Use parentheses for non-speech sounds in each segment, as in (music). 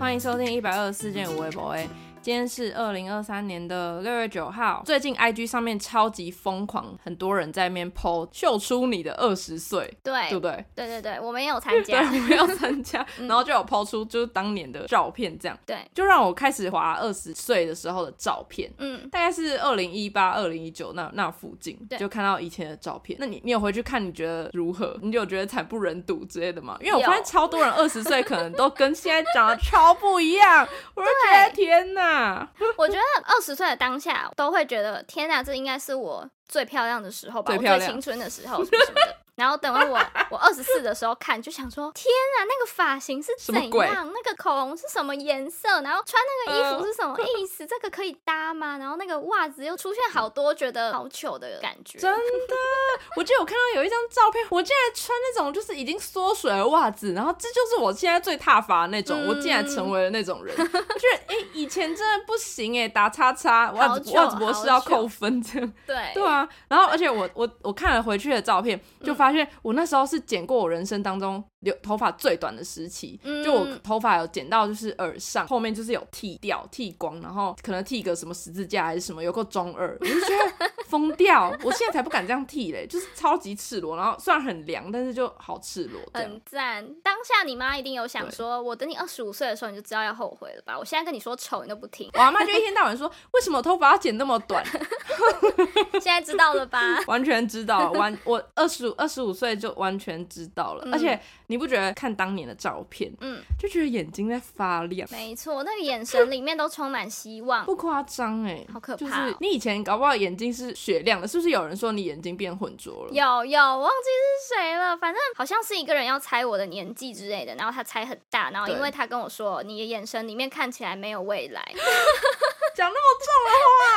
欢迎收听一百二十四件无微博 A。今天是二零二三年的六月九号。最近 IG 上面超级疯狂，很多人在面 PO 秀出你的二十岁，对对不对？对对对，我们也有参 (laughs) 对，加我。们要参加，哎嗯然后就有 PO 出就是当年的照片，这样对，就让我开始划二十岁的时候的照片。嗯，大概是二零一八、二零一九那那附近，对就看到以前的照片。那你你有回去看，你觉得如何？你有觉得惨不忍睹之类的吗？因为我有发现超多人二十岁可能都跟现在长得超不一 (laughs) 样，我就觉得天哪，我觉得二十岁的当下都会觉得，天哪，这应该是我最漂亮的时候吧，最我漂最亮青春的时候什么什么的。然后等 (laughs) 到我我二十四的时候看，就想说，天啊，那个发型是什怎么鬼嗯样？那个口红是什么颜色？然后穿那个衣服是什么意思？这个可以搭吗？然后那个袜子又出现好多觉得好糗的感觉。真的！我记得我看到有一张照片，我竟然穿那种就是已经缩水的袜子，然后这就是我现在最踏伐的那种，嗯我竟然成为了那 (laughs) 种人。我觉得哎、诶以前真的不行哎、打叉叉，袜好子糗袜子博士好要糗扣分这样。对对啊，然后而且我我我看了回去的照片，就嗯发现我那时候是剪过我人生当中留头发最短的时期，嗯就我头发有剪到就是耳上，后面就是有剃掉剃光，然后可能剃个什么十字架还是什么，有个中二，我就觉得疯掉，我现在才不敢这样剃嘞，就是超级赤裸，然后虽然很凉，但是就好赤裸这样。很赞！当下你妈一定有想对，说，我等你二十五岁的时候你就知道要后悔了吧？我现在跟你说丑，你都不听我阿妈就一天到晚说，为什么我头发要剪那么短？现在知道了吧？ (laughs) 完全知道，完我二十二十五岁就完全知道了，嗯而且你不觉得看当年的照片，嗯，就觉得眼睛在发亮，没错，那个眼神里面都充满希望。不夸张哎，好可怕就哦是你以前搞不好眼睛是雪亮的，是不是有人说你眼睛变浑浊了？有有，我忘记是谁了，反正好像是一个人要猜我的年纪之类的，然后他猜很大，然后因对为他跟我说你的眼神里面看起来没有未来， (laughs) 讲那么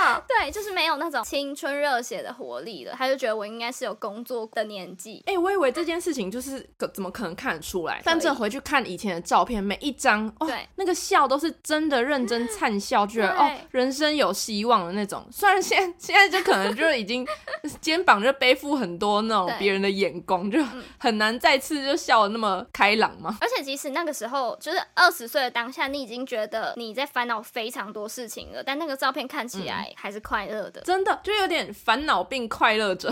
啊 (laughs) 对，就是没有那种青春热血的活力了，他就觉得我应该是有工作的年纪，哎、我以为这件事情就是可怎么可能看得出来？但这回去看以前的照片，每一张哦对，那个笑都是真的认真灿笑，觉得对哦，人生有希望的那种。虽然现在 (laughs) 现在就可能就已经 (laughs) 肩膀就背负很多那种对嗯别人的眼光，就很难再次就笑的那么开朗嘛。而且即使那个时候，就是二十岁的当下，你已经觉得你在烦恼非常多事情了，但那个照片看嗯起来还是快乐的。真的就有点烦恼并快乐 (laughs) 着，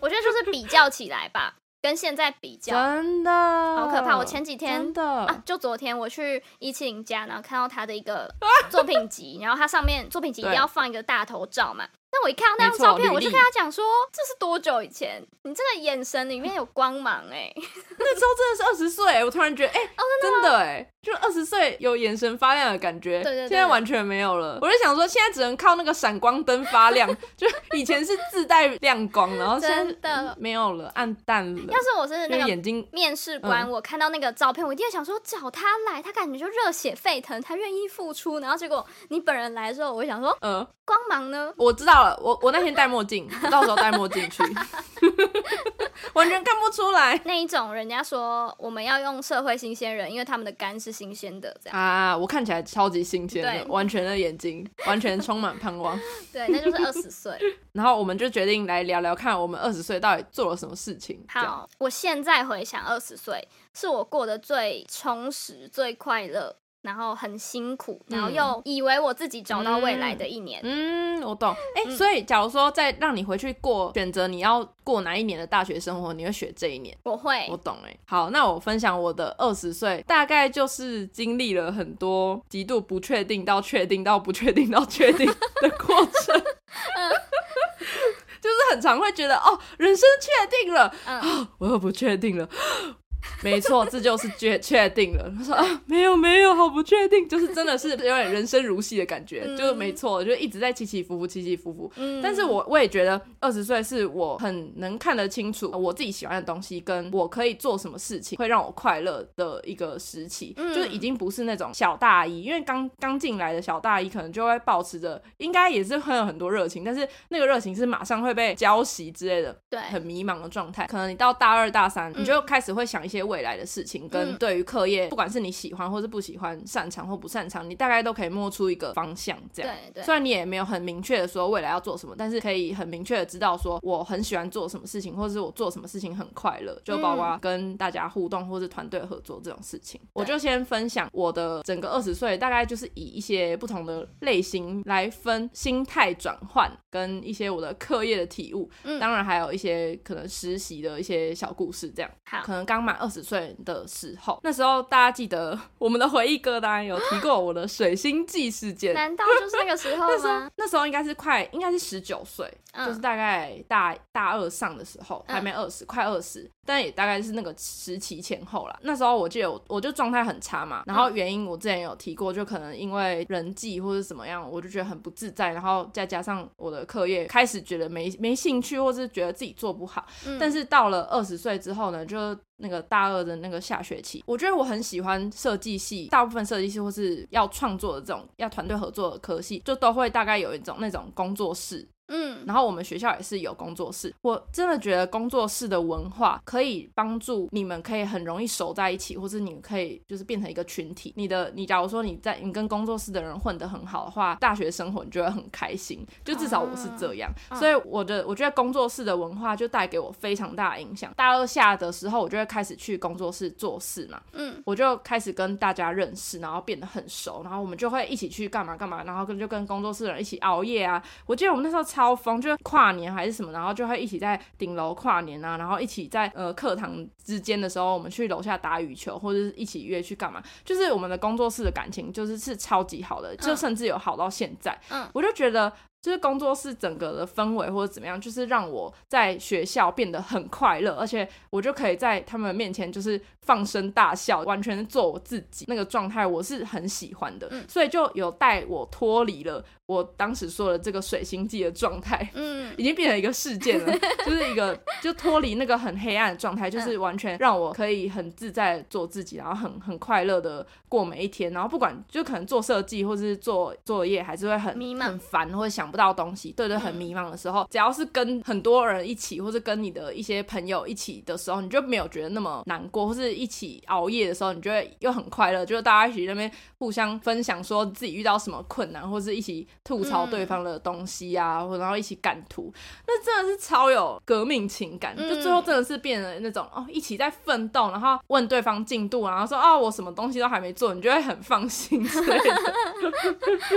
我觉得就是比较起来吧， (laughs) 跟现在比较，真的好可怕。我前几真天。的、啊，就昨天我去一七零家，然后看到他的一个 (laughs) 作品集，然后它上面作品集一定对要放一个大头照嘛。但我一看到那没张错照片，履我就历跟他讲说，这是多久以前？你这个眼神里面有光芒哎、那时候真的是二十岁，我突然觉得，哎、哦真的哎、就二十岁有眼神发亮的感觉，对对对现在完全没有了。我就想说，现在只能靠那个闪光灯发亮， (laughs) 就以前是自带亮光，然后现在真的没有了，暗淡了要，是我是就那是个眼睛面试官，嗯我看到那个照片，我一定会想说找他来，他感觉就热血沸腾，他愿意付出。然后结果你本人来的时候，我会想说呃，光芒呢？我知道了，我我那天戴墨镜，到时候戴墨 (laughs) 镜去，完全看不出来。那一种人家说我们要用社会新鲜人，因为他们的肝是新鲜的，这样啊！我看起来超级新鲜的，对完全的眼睛，完全充满盼望。对，那就是二 (laughs) 十岁。然后我们就决定来聊聊看，我们二十岁到底做了什么事情。这样，好，我现在回想二十岁，是我过得最充实、最快乐，然后很辛苦，然后又以为我自己找到未来的一年。嗯，我懂。哎、嗯所以假如说再让你回去过，选择你要过哪一年的大学生活，你会选这一年。我会我懂哎、好，那我分享我的二十岁，大概就是经历了很多极度不确定到确定到不确定到确定的过 (laughs) 程， (laughs) 就是很常会觉得哦，人生确定了，哦嗯我又不确定了。 (gasps) 没错，这就是确确定了。 (laughs) 他说啊，没有没有，好不确定，就是真的是有点人生如戏的感觉，嗯就是没错，就一直在起起伏伏，起起伏伏。嗯但是我我也觉得二十岁是我很能看得清楚呃我自己喜欢的东西，跟我可以做什么事情会让我快乐的一个时期，嗯就是已经不是那种小大一，因为刚刚进来的小大一可能就会保持着，应该也是会有很多热情，但是那个热情是马上会被浇熄之类的，对，很迷茫的状态。可能你到大二大三，嗯你就开始会想一些未来的事情，跟对于课业，不管是你喜欢或是不喜欢、擅长或不擅长，你大概都可以摸出一个方向。这样，对对虽然你也没有很明确的说未来要做什么，但是可以很明确的知道说我很喜欢做什么事情，或者是我做什么事情很快嗯乐，就包括跟大家互动或是团队合作这种事情。我就先分享我的整个二十岁，大概就是以一些不同的类型来分心态转换，跟一些我的课业的体悟，嗯当然还有一些可能实习的一些小故事这样。好可能刚满二十岁的时候，那时候大家记得我们的回忆歌单有提过我的水星记事件， (laughs) (laughs) 难道就是那个时候 (laughs) 那时候吗？那时候应该是快，应该是十九岁，嗯就是大概大大二上的时候，嗯还没二十、快二十，但也大概是那个时期前后啦。那时候我记得我我就状态很差嘛，嗯然后原因我之前有提过，就可能因为人际或者怎么样，我就觉得很不自在，然后再加上我的课业开始觉得没没兴趣，或是觉得自己做不好，嗯但是到了二十岁之后呢，就那个大二的那个下学期，我觉得我很喜欢设计系，大部分设计系或是要创作的这种要团队合作的科系，就都会大概有一种那种工作室。嗯，然后我们学校也是有工作室，我真的觉得工作室的文化可以帮助你们可以很容易熟在一起，或是你们可以就是变成一个群体。你的你假如说你在你跟工作室的人混得很好的话，大学生活你就会很开心。就至少我是这样，啊所以我的我觉得工作室的文化就带给我非常大的影响。大二下的时候，我就会开始去工作室做事嘛，嗯，我就开始跟大家认识，然后变得很熟，然后我们就会一起去干嘛干嘛，然后跟就跟工作室的人一起熬夜啊。我记得我们那时候超疯，就是跨年还是什么，然后就会一起在顶楼跨年啊，然后一起在呃课堂之间的时候，我们去楼下打羽球，或者是一起约去干嘛，就是我们的工作室的感情就是是超级好的，就甚至有好到现在。嗯我就觉得就是工作室整个的氛围或者怎么样，就是让我在学校变得很快乐，而且我就可以在他们面前就是放声大笑，完全做我自己那个状态，我是很喜欢的，所以就有带我脱离了我当时说的这个水星记的状态。嗯已经变成一个事件了，就是一个就脱离那个很黑暗的状态，嗯就是完全让我可以很自在地做自己，然后很很快乐的过每一天，然后不管就可能做设计或是做作业，还是会很迷茫嗯很烦或者想不到东西，对对，很迷茫的时候，只要是跟很多人一起，或是跟你的一些朋友一起的时候，你就没有觉得那么难过，或是一起熬夜的时候，你就会又很快乐，就是大家一起在那边互相分享说自己遇到什么困难，或是一起吐嗯槽对方的东西啊，或然后一起赶图，那真的是超有革命情感，嗯就最后真的是变得那种哦，一起在奋斗，然后问对方进度，然后说哦，我什么东西都还没做，你就会很放心之类 (laughs) 的，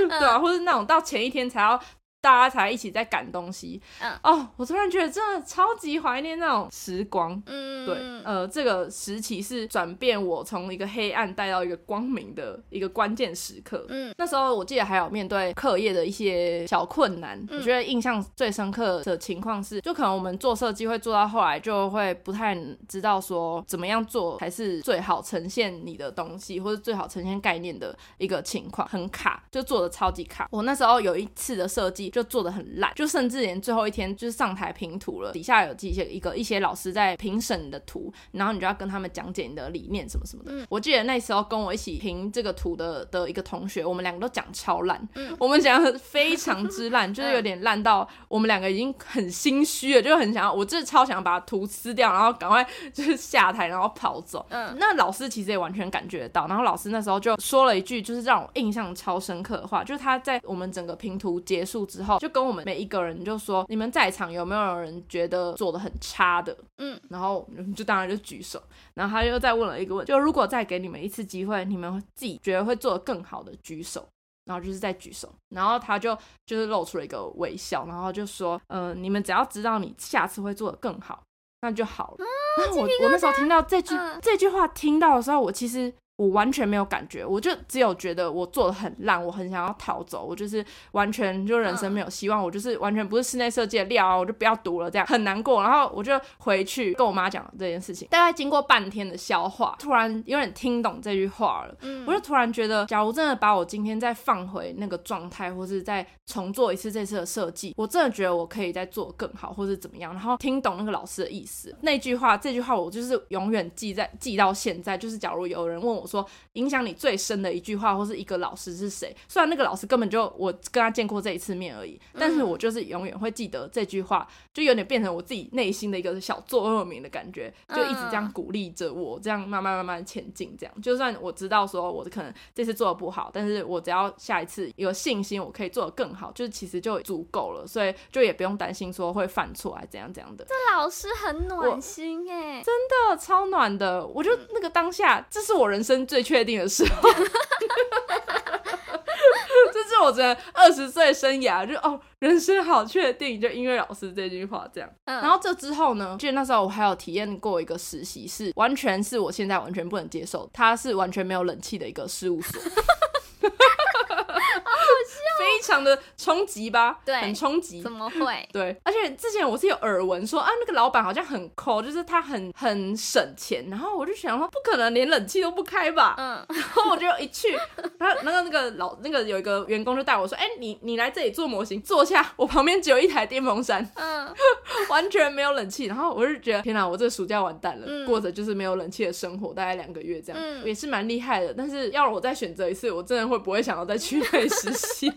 (laughs) 对啊，或是那种到前一天才要。大家才一起在赶东西，嗯哦，我突然觉得真的超级怀念那种时光。嗯，对，呃，这个时期是转变我从一个黑暗带到一个光明的一个关键时刻。嗯，那时候我记得还有面对课业的一些小困难，嗯我觉得印象最深刻的情况是，就可能我们做设计会做到后来，就会不太知道说怎么样做才是最好呈现你的东西，或者最好呈现概念的一个情况，很卡，就做的超级卡。我那时候有一次的设计就做的很烂，就甚至连最后一天就是上台评图了，底下有一些一个一些老师在评审你的图，然后你就要跟他们讲解你的理念什么什么嗯的。我记得那时候跟我一起评这个图的的一个同学，我们两个都讲超烂，嗯我们讲得非常之 (laughs) 烂，就是有点烂到我们两个已经很心虚了，就很想要，我真的超想把图撕掉，然后赶快就是下台，然后跑走。嗯那老师其实也完全感觉得到，然后老师那时候就说了一句，就是让我印象超深刻的话，就是他在我们整个拼图结束之后，就跟我们每一个人就说，你们在场有没有人觉得做的很差的？嗯，然后我们就当然就举手，然后他又再问了一个问题，就如果再给你们一次机会，你们自己觉得会做得更好的举手。然后就是在举手，然后他就就是露出了一个微笑，然后就说：“呃，你们只要知道你下次会做得更好，那就好了。然后我我那时候听到这句、嗯这句话听到的时候，我其实我完全没有感觉，我就只有觉得我做的很烂，我很想要逃走，我就是完全就人生没有希望，我就是完全不是室内设计的料啊，我就不要读了，这样很难过。然后我就回去跟我妈讲这件事情，大概经过半天的消化，突然有点听懂这句话了。嗯我就突然觉得，假如真的把我今天再放回那个状态，或是再重做一次这次的设计，我真的觉得我可以再做更好，或是怎么样。然后听懂那个老师的意思，那句话，这句话我就是永远记在记到现在。就是假如有人问我说影响你最深的一句话，或是一个老师是谁。虽然那个老师根本就我跟他见过这一次面而已，但是我就是永远会记得这句话，就有点变成我自己内心的一个小座右铭的感觉，就一直这样鼓励着我，这样慢慢慢慢前进。这样，就算我知道说我可能这次做的不好，但是我只要下一次有信心，我可以做的更好，就是其实就足够了，所以就也不用担心说会犯错啊怎样怎样的。这老师很暖心哎、真的超暖的，我嗯就那个当下，这是我人生最确定的时候， (laughs) 这是我觉得二十岁生涯就哦，人生好确定，就音乐老师这句话这样。嗯然后这之后呢，记得那时候我还有体验过一个实习，是完全是我现在完全不能接受，它是完全没有冷气的一个事务所。 (laughs) 非常的冲击吧，哦对很冲击，怎么会？对，而且之前我是有耳闻说啊，那个老板好像很抠，就是他很很省钱，然后我就想说，不可能连冷气都不开吧？嗯，然后我就一去，然后那个那个老那个有一个员工就带我说，哎、你你来这里做模型，坐下，我旁边只有一台电风扇，嗯， (laughs) 完全没有冷气，然后我就觉得天哪，我这个暑假完蛋了，嗯过着就是没有冷气的生活，大概两个月这样，嗯也是蛮厉害的。但是要我再选择一次，我真的会不会想要再去那里实 (laughs) 习？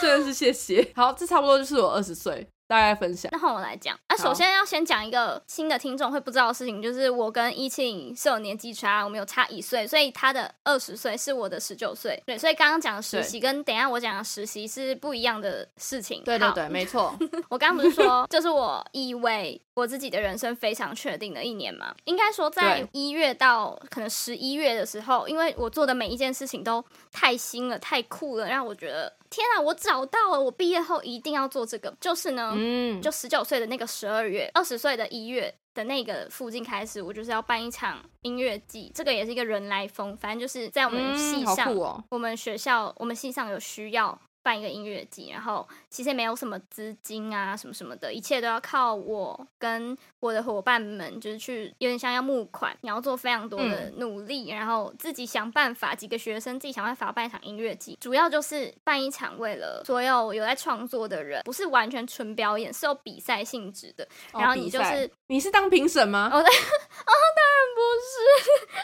真的是谢谢。好，这差不多就是我二十岁大概分享。那换我来讲。啊，好首先要先讲一个新的听众会不知道的事情，就是我跟一庆是有年纪差，我们有差一岁，所以他的二十岁是我的十九岁。对，所以刚刚讲的实习跟等一下我讲的实习是不一样的事情。对对好对，没错，我刚刚不是 (laughs) 说，这是我以为我自己的人生非常确定的一年嘛？应该说，在对一月到可能十一月的时候，因为我做的每一件事情都太新了、太酷了，让我觉得天啊，我找到了！我毕业后一定要做这个。就是呢， (laughs) 嗯，就十九岁的那个十二月，二十岁的一月的那个附近开始，我就是要办一场音乐季，这个也是一个人来疯，反正就是在我们系嗯，好上，酷哦，我们学校我们系上有需要办一个音乐季，然后其实也没有什么资金啊什么什么的，一切都要靠我跟我的伙伴们，就是去有点像要募款，你要做非常多嗯的努力，然后自己想办法，几个学生自己想办法办一场音乐季，主要就是办一场为了所有有在创作的人，不是完全纯表演，是有比赛性质的，哦然后比你就赛是你是当评审吗？哦对 (laughs) 哦，当然不是。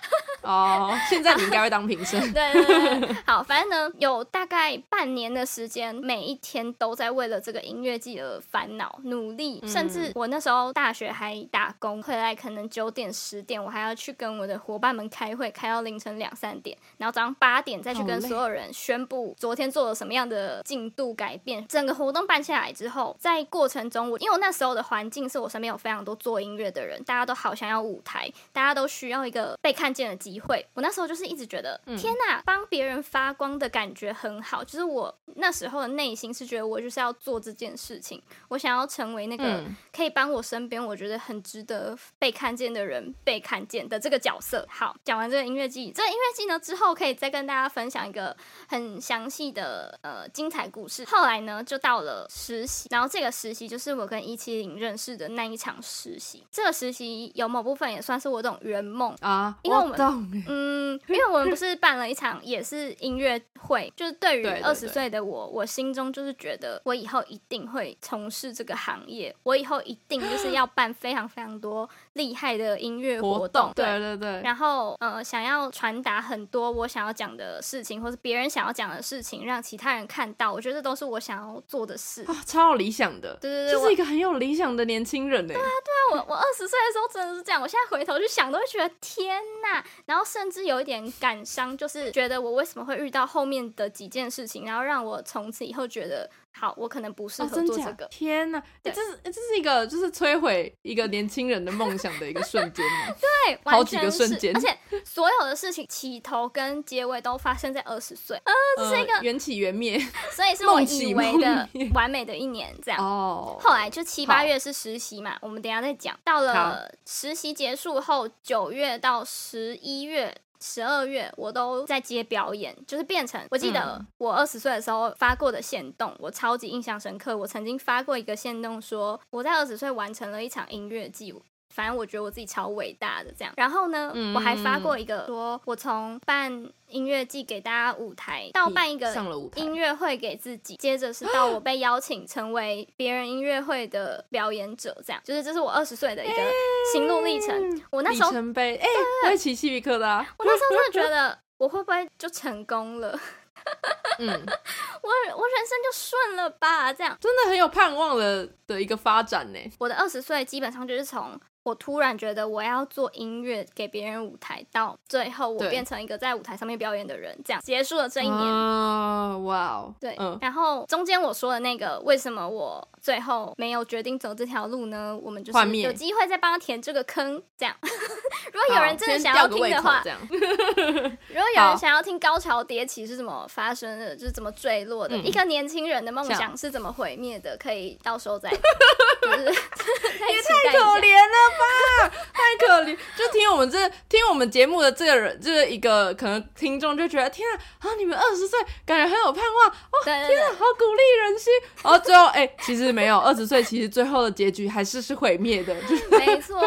哦，现在你应该会当评审。 (laughs) 对对对对，好，反正呢，有大概半年的时间，每一天都在为了这个音乐季而烦恼、努力，甚至我那时候大学还打工，回来可能九点、十点，我还要去跟我的伙伴们开会，开到凌晨两三点，然后早上八点再去好跟累所有人宣布昨天做了什么样的进度改变。整个活动办下来之后，在过程中，我因为我那时候的环境是我身边有非常多做音乐的人，大家都好想要舞台，大家都需要一个被看见的机会。我那时候就是一直觉得，嗯天呐，帮别人发光的感觉很好。就是我那时候的内心是觉得我就是要做这件事情，我想要成为那个嗯可以帮我身边我觉得很值得被看见的人被看见的这个角色。好，讲完这个音乐季，这个音乐季呢之后可以再跟大家分享一个很详细的呃精彩故事。后来呢，就到了实习，然后这个实习就是我跟一七零认识的那一场实习。这个实习有某部分也算是我这种圆梦。啊，因为我们懂欸嗯，因为我们不是办了一场也是音乐会，就是对于对对二十岁的我，我心中就是觉得我以后一定会从事这个行业，我以后一定就是要办非常非常多厉害的音乐活动，对对对对，然后呃，想要传达很多我想要讲的事情，或是别人想要讲的事情，让其他人看到，我觉得这都是我想要做的 (laughs) 事。啊，超有理想的，对对对，就我啊是一个很有理想的年轻人呢。欸我我二十岁的时候真的是这样，我现在回头去想都会觉得天呐，然后甚至有一点感伤，就是觉得我为什么会遇到后面的几件事情，然后让我从此以后觉得好，我可能不适哦，合真做假这个？。天哪，欸对这是欸这是一个就是摧毁一个年轻人的梦想的一个瞬间吗 (laughs) 对，好完几全个是，瞬间而且所有的事情起头跟结尾都发生在二 (laughs) 十岁，呃，啊这是一个缘起缘 (laughs) 灭所以是我梦起以为的梦灭完美的一年这样。哦。后来就七好八月是实习嘛，我们等一下再讲。到了实习结束后，九月到十一月。十二月我都在接表演，就是变成我记得嗯我二十岁的时候发过的线动，我超级印象深刻。我曾经发过一个线动说，我在二十岁完成了一场音乐季，反正我觉得我自己超伟大的这样。然后呢，嗯我还发过一个说，我从办音乐季给大家舞台，到办一个嗯上了舞台音乐会给自己，接着是到我被邀请成为别人音乐会的表演者，这样就是这是我二十岁的一个心路历程。我那里时候程碑，哎、我也起鸡皮疙瘩、我那时候真的觉得，我会不会就成功了？ (laughs) 嗯，我我人生就顺了吧？这样，真的很有盼望了的一个发展欸呢。我的二十岁基本上就是从我突然觉得我要做音乐给别人舞台，到最后我对变成一个在舞台上面表演的人，这样结束了这一年。啊，哇哦，对，嗯，然后中间我说的那个为什么我最后没有决定走这条路呢？我们就幻是灭有机会再帮他填这个坑，这样。 (laughs) 如果有好人真的先想吊要个听胃的口话这，样，如果有人好想要听高潮迭起是怎么发生的，就是怎么坠落的，嗯一个年轻人的梦这想样是怎么毁灭的，可以到时 (laughs) 候再，就是 (laughs) 也太太可怜了吧， (laughs) 太可怜！就听我们这听我们节目的这个人，就是一个可能听众就觉得天啊，啊你们二十岁感觉很有盼望，哦，对对天啊，好鼓励人心。然后最后哎、其实没有，二十岁其实最后的结局还是是毁灭的，就是对，没错，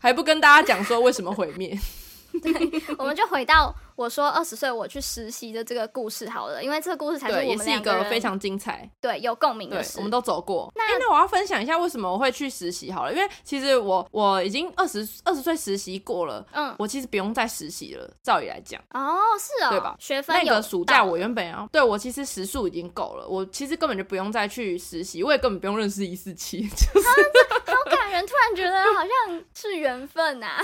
还不跟大家讲说为什么毁灭。我们就回到我说二十岁我去实习的这个故事好了，因为这个故事才对，我也们是一两个人非常精彩。对有共鸣对的，事我们。都走过。那、那我要分享一下为什么我会去实习好了，因为其实我我已经二十二十岁实习过了，嗯，我其实不用再实习了。照理来讲，哦，是哦，对吧学分那有个暑假到我原本要对我其实时数已经够了，我其实根本就不用再去实习，我也根本不用认识一四七， (laughs) 就是好感人，突然 (laughs) 觉得好像是缘分呐、啊。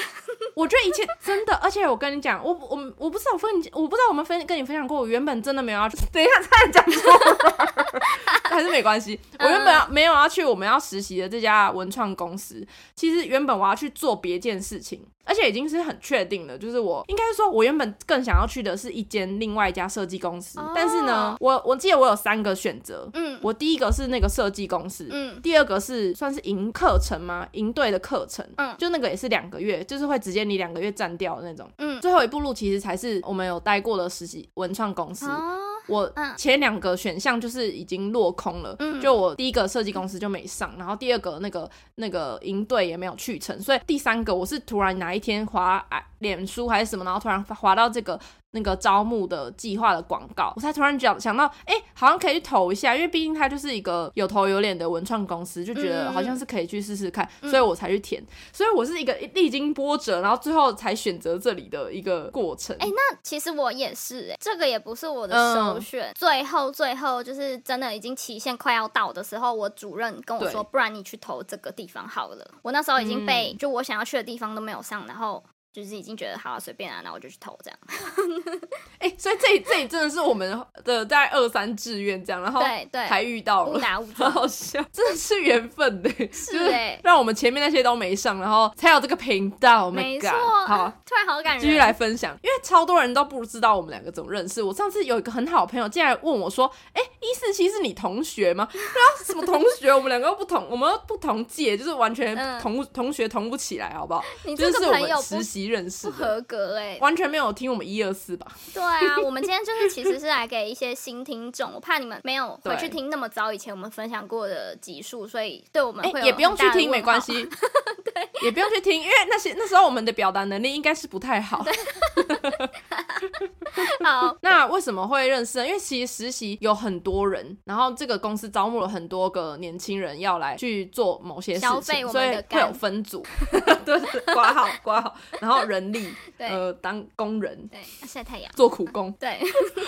我觉得一切真的，而且我跟你讲，我我我不知道我分你，我不知道我们分跟你分享过，我原本真的没有要去， (laughs) 等一下再讲嗯错了， (laughs) 还是没关系，我原本要没有要去我们要实习的这家文创公司，其实原本我要去做别件事情，而且已经是很确定了，就是我应该说，我原本更想要去的是一间另外一家设计公司，哦但是呢，我我记得我有三个选择，嗯我第一个是那个设计公司，嗯，第二个是算是营课程吗？营队的课程，嗯就那个也是两个月，就是会直接你两个月占掉的那种。嗯最后一步路其实才是我们有待过的实习文创公司。哦，我嗯前两个选项就是已经落空了，嗯就我第一个设计公司就没上，然后第二个那个那个营队也没有去成，所以第三个我是突然哪一天滑啊脸书还是什么，然后突然滑到这个那个招募的计划的广告，我才突然想想到，哎、好像可以去投一下，因为毕竟它就是一个有头有脸的文创公司，就觉嗯嗯得嗯好像是可以去试试看，所以我才去填，所以我是一个历经波折，然后最后才选择这里的一个过程。哎那其实我也是、欸，这个也不是我的首嗯选。最后，最后就是真的已经期限快要到的时候，我主任跟我对嗯说，不然你去投这个地方好了。我那时候已经被、就我想要去的地方都没有上，然后。就是已经觉得好啊，随便啊，那我就去投这样。哎、所以这里这里真的是我们的在二三志愿这样，然后对对才遇到误了，打误好 (laughs) 撞，好笑，真的是缘分的，就是欸让我们前面那些都没上，然后才有这个频道。Oh my 没 God, 错。好。突然好感继续人。来分享，因为超多人都不知道我们两个怎么认识。我上次有一个很好的朋友竟然问我说：“哎、一四七是你同学吗？”对啊，什么同学？我们两个又不同，我们又不同届，就是完全嗯同、同学同不起来，好不好？你就这是个我朋们友不实习认识不的，合格哎、完全没有听我们一二四吧？ (laughs) 对啊，我们今天就是其实是来给一些新听众，我怕你们没有回去对听那么早以前我们分享过的集数，所以对我们会有、哎也不用去听，没关。系。对，也不用去听，因为那些那时候我们的表达能力应该是不太好。 (laughs) 好，那为什么会认识呢？因为其实实习有很多人，然后这个公司招募了很多个年轻人要来去做某些事消费情，我所们以的会有肝分组， (laughs) 对，挂号挂号，然后人力， (laughs) 对、呃，当工人对，晒太阳，做苦工，对，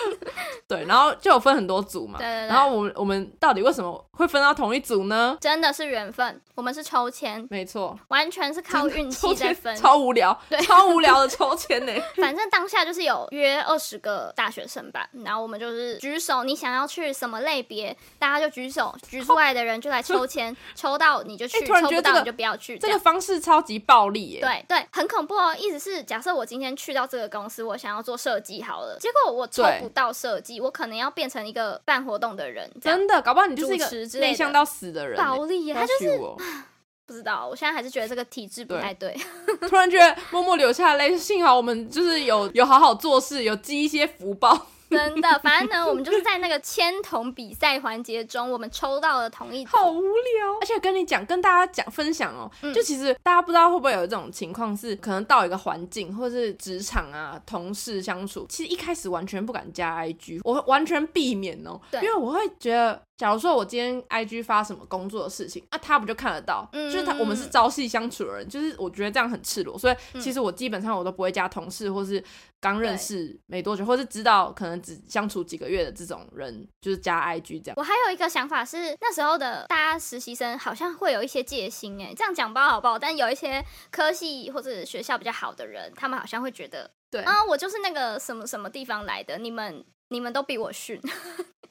(laughs) 对，然后就有分很多组嘛。对对对然后我们我们到底为什么会分到同一组呢？真的是缘分，我们是抽签，没错，完全是靠运 (laughs) 抽气在签分。超无聊对，超无聊的抽签呢、反正当下就是有约二十个大学生吧，然后我们就是举手，你想要去什么类别，大家就举手，举出来的人就来 (laughs) 抽签，抽到你就去，哎突然抽觉得不到这个你就不要去。这样个方式超级暴力耶、对对，很恐怖哦。意思是，假设我今天去到这个公司，我想要做设计好了，结果我抽对不到设计，我可能要变成一个办活动的人，这样真的，搞不好你就是一主持之个类的内向到死的人耶、暴力耶。他他就就是不知道，我现在还是觉得这个体制不对太对。 (laughs) (laughs) 突然觉得默默流下泪，幸好我们就是有有好好做事，有积一些福报。真的，反正呢，我们就是在那个签筒比赛环节中，我们抽到了同一组好无聊。而且跟你讲，跟大家讲分享哦，嗯就其实大家不知道会不会有这种情况是，可能到一个环境或是职场啊、同事相处，其实一开始完全不敢加 IG，我完全避免哦，对因为我会觉得。假如说我今天 I G 发什么工作的事情，那、他不就看得到？嗯嗯就是他，我们是朝夕相处的人，就是我觉得这样很赤裸，所以其实我基本上我都不会加同事或是刚认对识没多久，或是知道可能只相处几个月的这种人，就是加 I G 这样。我还有一个想法是，那时候的大家实习生好像会有一些戒心哎，这样讲不好不好，但有一些科系或者学校比较好的人，他们好像会觉得，对啊，我就是那个什么什么地方来的，你们你们都比我逊，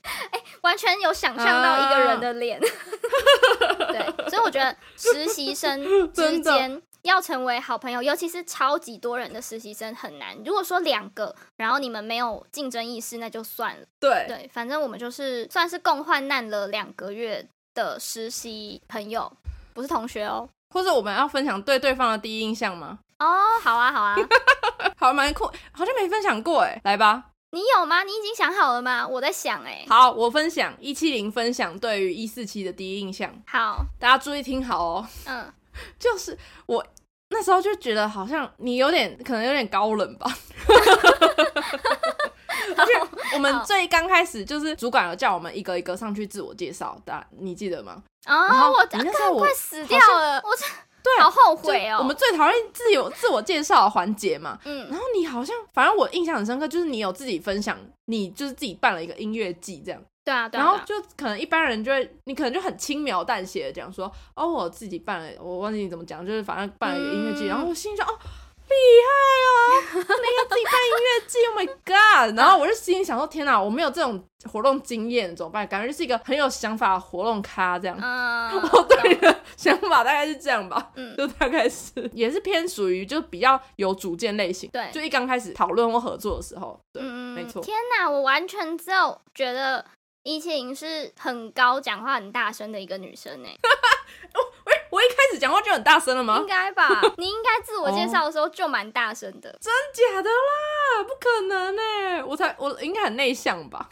(laughs) 哎、完全有想象到一个人的脸， (laughs) 对，所以我觉得实习生之真的间。要成为好朋友，尤其是超级多人的实习生很难。如果说两个，然后你们没有竞争意识，那就算了。对对，反正我们就是算是共患难了两个月的实习朋友，不是同学哦。或者我们要分享对对方的第一印象吗？呃哦，好啊， (laughs) 好啊，好，蛮酷，好像没分享过哎，来吧。你有吗？你已经想好了吗？我在想哎、好，我分享一七零分享对于一四七的第一印象，好，大家注意听好哦。嗯，就是我那时候就觉得好像你有点可能有点高冷吧。 (laughs) 而且我们最刚开始就是主管有叫我们一个一个上去自我介绍，大你记得吗？哦，后我你那时候干我快死好掉像了，我这对好后就悔哦。我们最讨厌自由自我介绍的环节嘛。嗯然后你好像，反正我印象很深刻，就是你有自己分享，你就是自己办了一个音乐季这样，对啊，对啊，然后对啊就可能一般人就会，你可能就很轻描淡写的讲说，哦，我自己办了，我忘记你怎么讲，就是反正办了一个音乐季，嗯然后我心里想，哦，厉害哦，那个自己办音乐季，Oh my (laughs) god！然后我就心里想说，天哪，我没有这种活动经验，怎么办？感觉就是一个很有想法的活动咖这样。嗯，我 (laughs) 哦对懂你的想法大概是这样吧，嗯就大概是也是偏属于就比较有主见类型，对就一刚开始讨论或合作的时候，对，嗯，没错天哪，我完全只有觉得一七零是很高、讲话很大声的一个女生哎、喂、我一开始讲话就很大声了吗应？该 (laughs) 吧？你应该自我介绍的时候就蛮大声的。真假的啦，不可能哎、我才我应该很内向吧？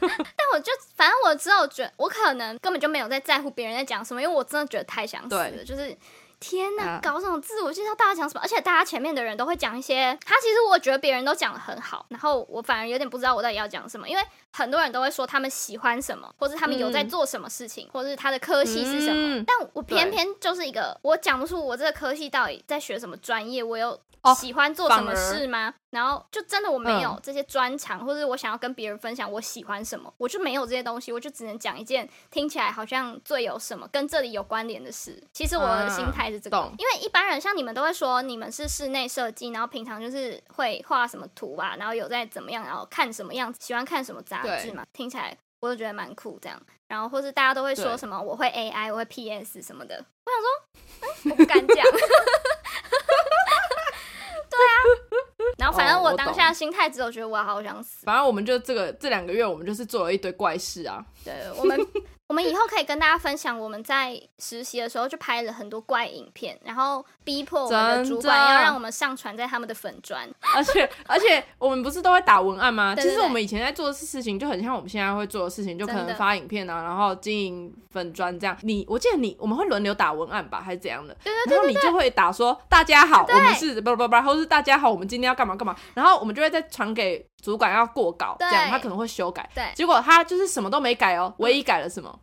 但我就反正我只有觉我可能根本就没有在在乎别人在讲什么，因为我真的觉得太想死了，对就是。天呐，啊搞这种自我介绍，大家讲什么？而且大家前面的人都会讲一些，他其实我觉得别人都讲的很好，然后我反而有点不知道我到底要讲什么，因为很多人都会说他们喜欢什么，或是他们有在嗯做什么事情，或是他的科系是什么。嗯但我偏对偏就是一个，我讲不出我这个科系到底在学什么专业，我有哦喜欢做反什么而事吗？然后就真的我没有嗯这些专长，或者我想要跟别人分享我喜欢什么，我就没有这些东西，我就只能讲一件听起来好像最有什么跟这里有关联的事。其实我的心态是这个，懂因为一般人像你们都会说你们是室内设计，然后平常就是会画什么图啊，然后有在怎么样，然后看什么样，喜欢看什么杂志对嘛，听起来我就觉得蛮酷这样。然后或是大家都会说对什么我会 AI，我会 PS 什么的，我想说，嗯、我不 (laughs) 敢讲。对啊，然后反正哦我我当懂下心态只有觉得我好想死。反正我们就这个这两个月，我们就是做了一堆怪事啊，对 (laughs) 我们，我们以后可以跟大家分享我们在实习的时候就拍了很多怪影片，然后逼迫我们的真主管要的让我们上传在他们的粉砖。而且而且我们不是都会打文案吗？对对其实我们以前在做的事情就很像我们现在会做的事情，就可真的能发影片啊，然后经营粉砖这样。你我记得你我们会轮流打文案吧，还是怎样的？对对对然后你就会打说大家好，对我们是不不不，或是大家好，我们今天要干嘛干嘛，然后我们就会再传给主管要过稿，对这样他可能会修改。对，嗯结果他就是什么都没改哦，唯一改了什么，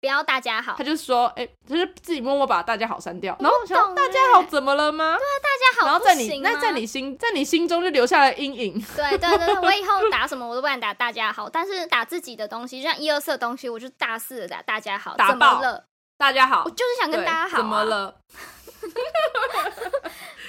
不要大家好，他大就说，哎、他就自己默默把大家好删掉，然后我想说懂欸大家好怎么了吗？家然后好不在你行啊那吗？在你心在你心中就留下了阴影，对对对，对我以后打什么我都不敢打大家好，但是打自己的东西，像一二四的东西，我就大肆的打大家好，打怎么爆了？大家好我，就是想跟对大家好、啊，怎么？了？ (laughs)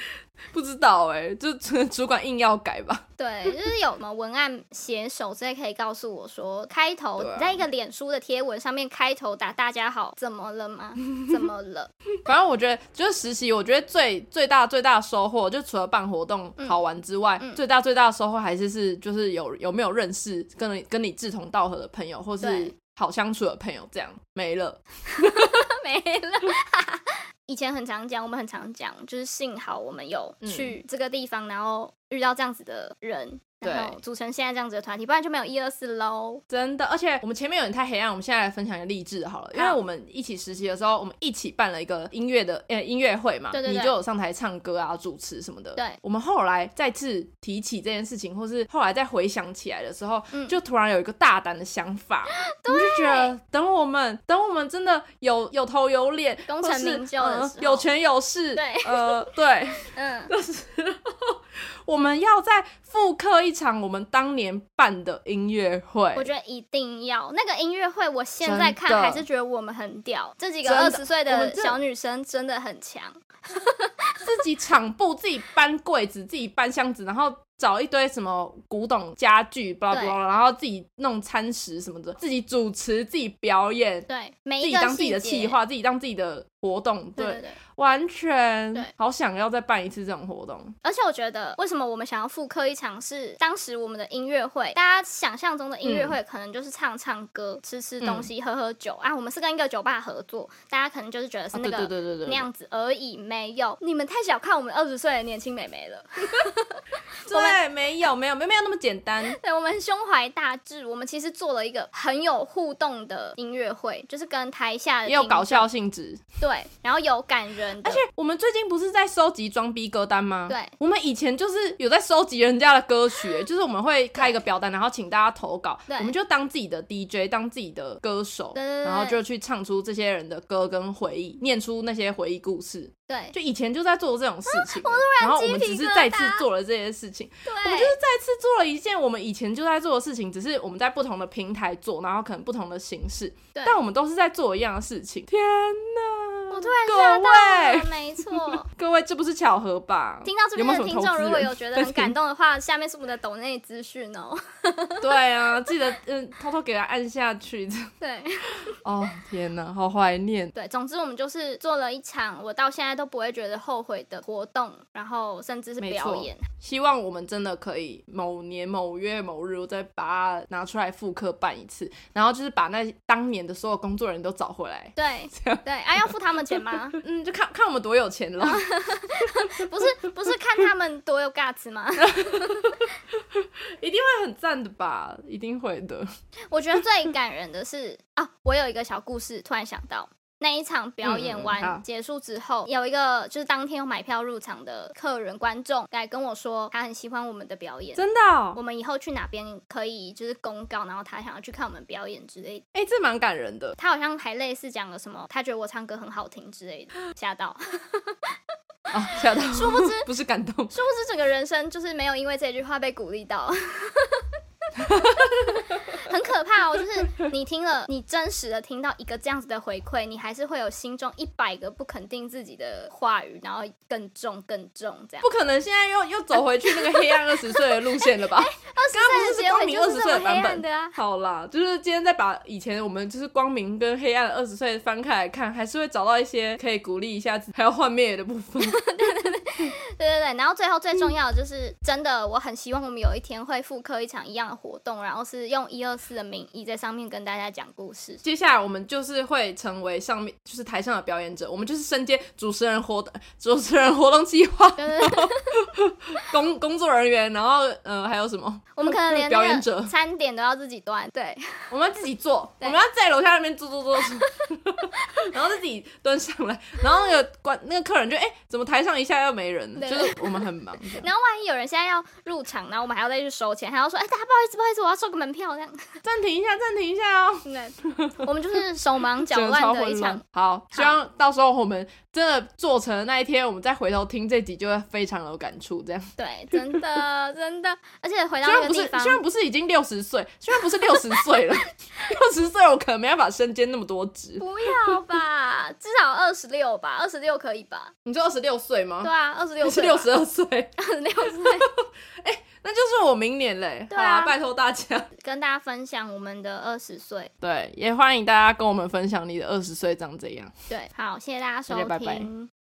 不知道哎、就主主管硬要改吧。对，就是有什么文案写手之类，可以告诉我说，开头对啊你在一个脸书的贴文上面开头打“大家好”，怎么了吗？怎么了？反正我觉得，就是实习，我觉得最最大最大的收获，就除了办活动嗯好玩之外，嗯最大最大的收获还是是就是有有没有认识跟你跟你志同道合的朋友，或是对好相处的朋友，这样没了。 (laughs) 没了。嗯以前很常讲，我们很常讲，就是幸好我们有去这个地方，然后遇到这样子的人，然后对组成现在这样子的团体，不然就没有一二四喽。真的，而且我们前面有点太黑暗，我们现在来分享一个励志的好了，因为好我们一起实习的时候，我们一起办了一个音乐的呃音乐会嘛，对对你对就有上台唱歌啊、主持什么的。对我们后来再次提起这件事情，或是后来再回想起来的时候，嗯就突然有一个大胆的想 (gasps) 法，我们就觉得等我们等我们真的有有头有脸，功成或是名就的呃时候有权有势，对呃，对。 (laughs) 嗯，我们要再复刻一场我们当年办的音乐会我。觉得一定要那个音乐会，我现在真看的还是觉得我们很屌，这几个真的二十岁我们的真的小女生真的很强。自己场布，自己搬柜子，自己搬箱子，然后找一堆什么古董家具，巴拉巴拉，然后自己弄餐食什么的，自己主持，自己表演，对，每自一己个当自己的细节企，划，自己当自己的活动，对对对。完全对好想要再办一次这种活动，而且我觉得，为什么我们想要复刻一场是当时我们的音乐会？大家想象中的音乐会可能就是唱唱歌、嗯吃吃东西、喝喝酒啊。我们是跟一个酒吧合作，大家可能就是觉得是啊哦那对个、对对对对那对，样子而已，没有。你们太小看我们二十岁的年轻美眉了。 (laughs) 对，没有没有没有没有那么简 (laughs) 单，对，我们胸怀大志，我们其实做了一个很有互动的音乐会，就是跟台下的也有呃听搞笑性质，对，然后有感人的，而且我们最近不是在收集装逼歌单吗？对我们以前就是有在收集人家的歌曲、 (laughs) 欸就是我们会开一个表单，然后请大家投稿，对我们就当自己的 DJ，当自己的歌手，对对对然后就去唱出这些人的歌跟回忆，念出那些回忆故事。对就以前就在做这种事 (laughs) 情了，然后我们只是再次做了这些事情，对，我们就是再次做了一件我们以前就在做的事情，只是我们在不同的平台做，然后可能不同的形式，对但我们都是在做一样的事情。天哪！我突然吓各位到了，没错。各位，这不是巧合吧？听到这边有的没听有什么投众，资如果人有觉得很感动的话，下面是我们的抖内资讯 (laughs) 哦。对啊，记得嗯，偷偷给他按下去。 (laughs) 这样对哦，天哪，好怀念。对，总之我们就是做了一场我到现在都不会觉得后悔的活动，然后甚至是没表错演。希望我们真的可以某年某月某日，我再把它拿出来复刻办一次，然后就是把那当年的所有工作人员都找回 (laughs) 来。(laughs) 对这样对，啊，要付他们 (laughs) 钱吗？嗯，就看看我们多有钱 (laughs) 了。不是不是看他们多有 guts 吗？ (laughs) 一定会很赞的吧？一定会的。我觉得最感人的是啊，我有一个小故事，突然想到。那一场表演嗯嗯好完结束之后，有一个就是当天有买票入场的客人观众来跟我说，他很喜欢我们的表演，真的、哦我，们以后去哪边可以就是公告，然后他想要去看我们表演之类的。哎、这蛮感人的。他好像还类似讲了什么，他觉得我唱歌很好听之类的，吓到。 (laughs) 啊，吓到，殊不知， (laughs) 不是感动，殊不知整个人生就是没有因为这句话被鼓励到， (laughs) 很可怕哦。就是你听了，你真实的听到一个这样子的回馈，你还是会有心中一百个不肯定自己的话语，然后更重更重这样。不可能现在又又走回去那个黑暗二十岁的路线了 (laughs) 哎吧？刚刚不这是个是结光尾明就二是十这岁么的版黑暗本。的啊。好啦，就是今天再把以前我们就是光明跟黑暗二十岁翻开来看，还是会找到一些可以鼓励一下自己，还有幻灭的部 (laughs) 分。对对对，然后最后最重要的就是，真的，我很希望我们有一天会复刻一场一样的活动，然后是用一二四的名义在上面跟大家讲故事。接下来我们就是会成为上面就是台上的表演者，我们就是身兼主持人活动、主持人活动计划、对对对，工工作人员，然后呃还有什么？ (laughs) 我们可能连表那演者个餐点都要自己端。对，我们要自己做，我对们要在楼下那边做做做做， (laughs) 然后自己蹲上来，然后那个关那个客人就哎、怎么台上一下又没人了？对就是我们很 (laughs) 忙这样。然后万一有人现在要入场，然后我们还要再去收钱，还要说，哎，大家不好意思，不好意思，我要收个门票这样。暂停一下，暂停一下哦。对，我们 (laughs) 就是手忙脚真的超乱的混一乱场。。好，希望到时候我们真的做成的那一天，我们再回头听这集就会非常有感触。这样，对，真的真的，而且回到虽那然个不地是，方 (laughs) 虽，然不是已经六十岁，虽然不是六十岁了，六十岁我可能没办法身兼那么多职。不要吧，至少二十六吧，二十六可以吧？你就二十六岁吗？对啊，二十六是六十二二岁，十六岁。那就是我明年嘞。对好啊啦，拜托大家。跟大家分享我们的二十岁。对，也欢迎大家跟我们分享你的二十岁长怎样。对，好，谢谢大家收大听。家拜拜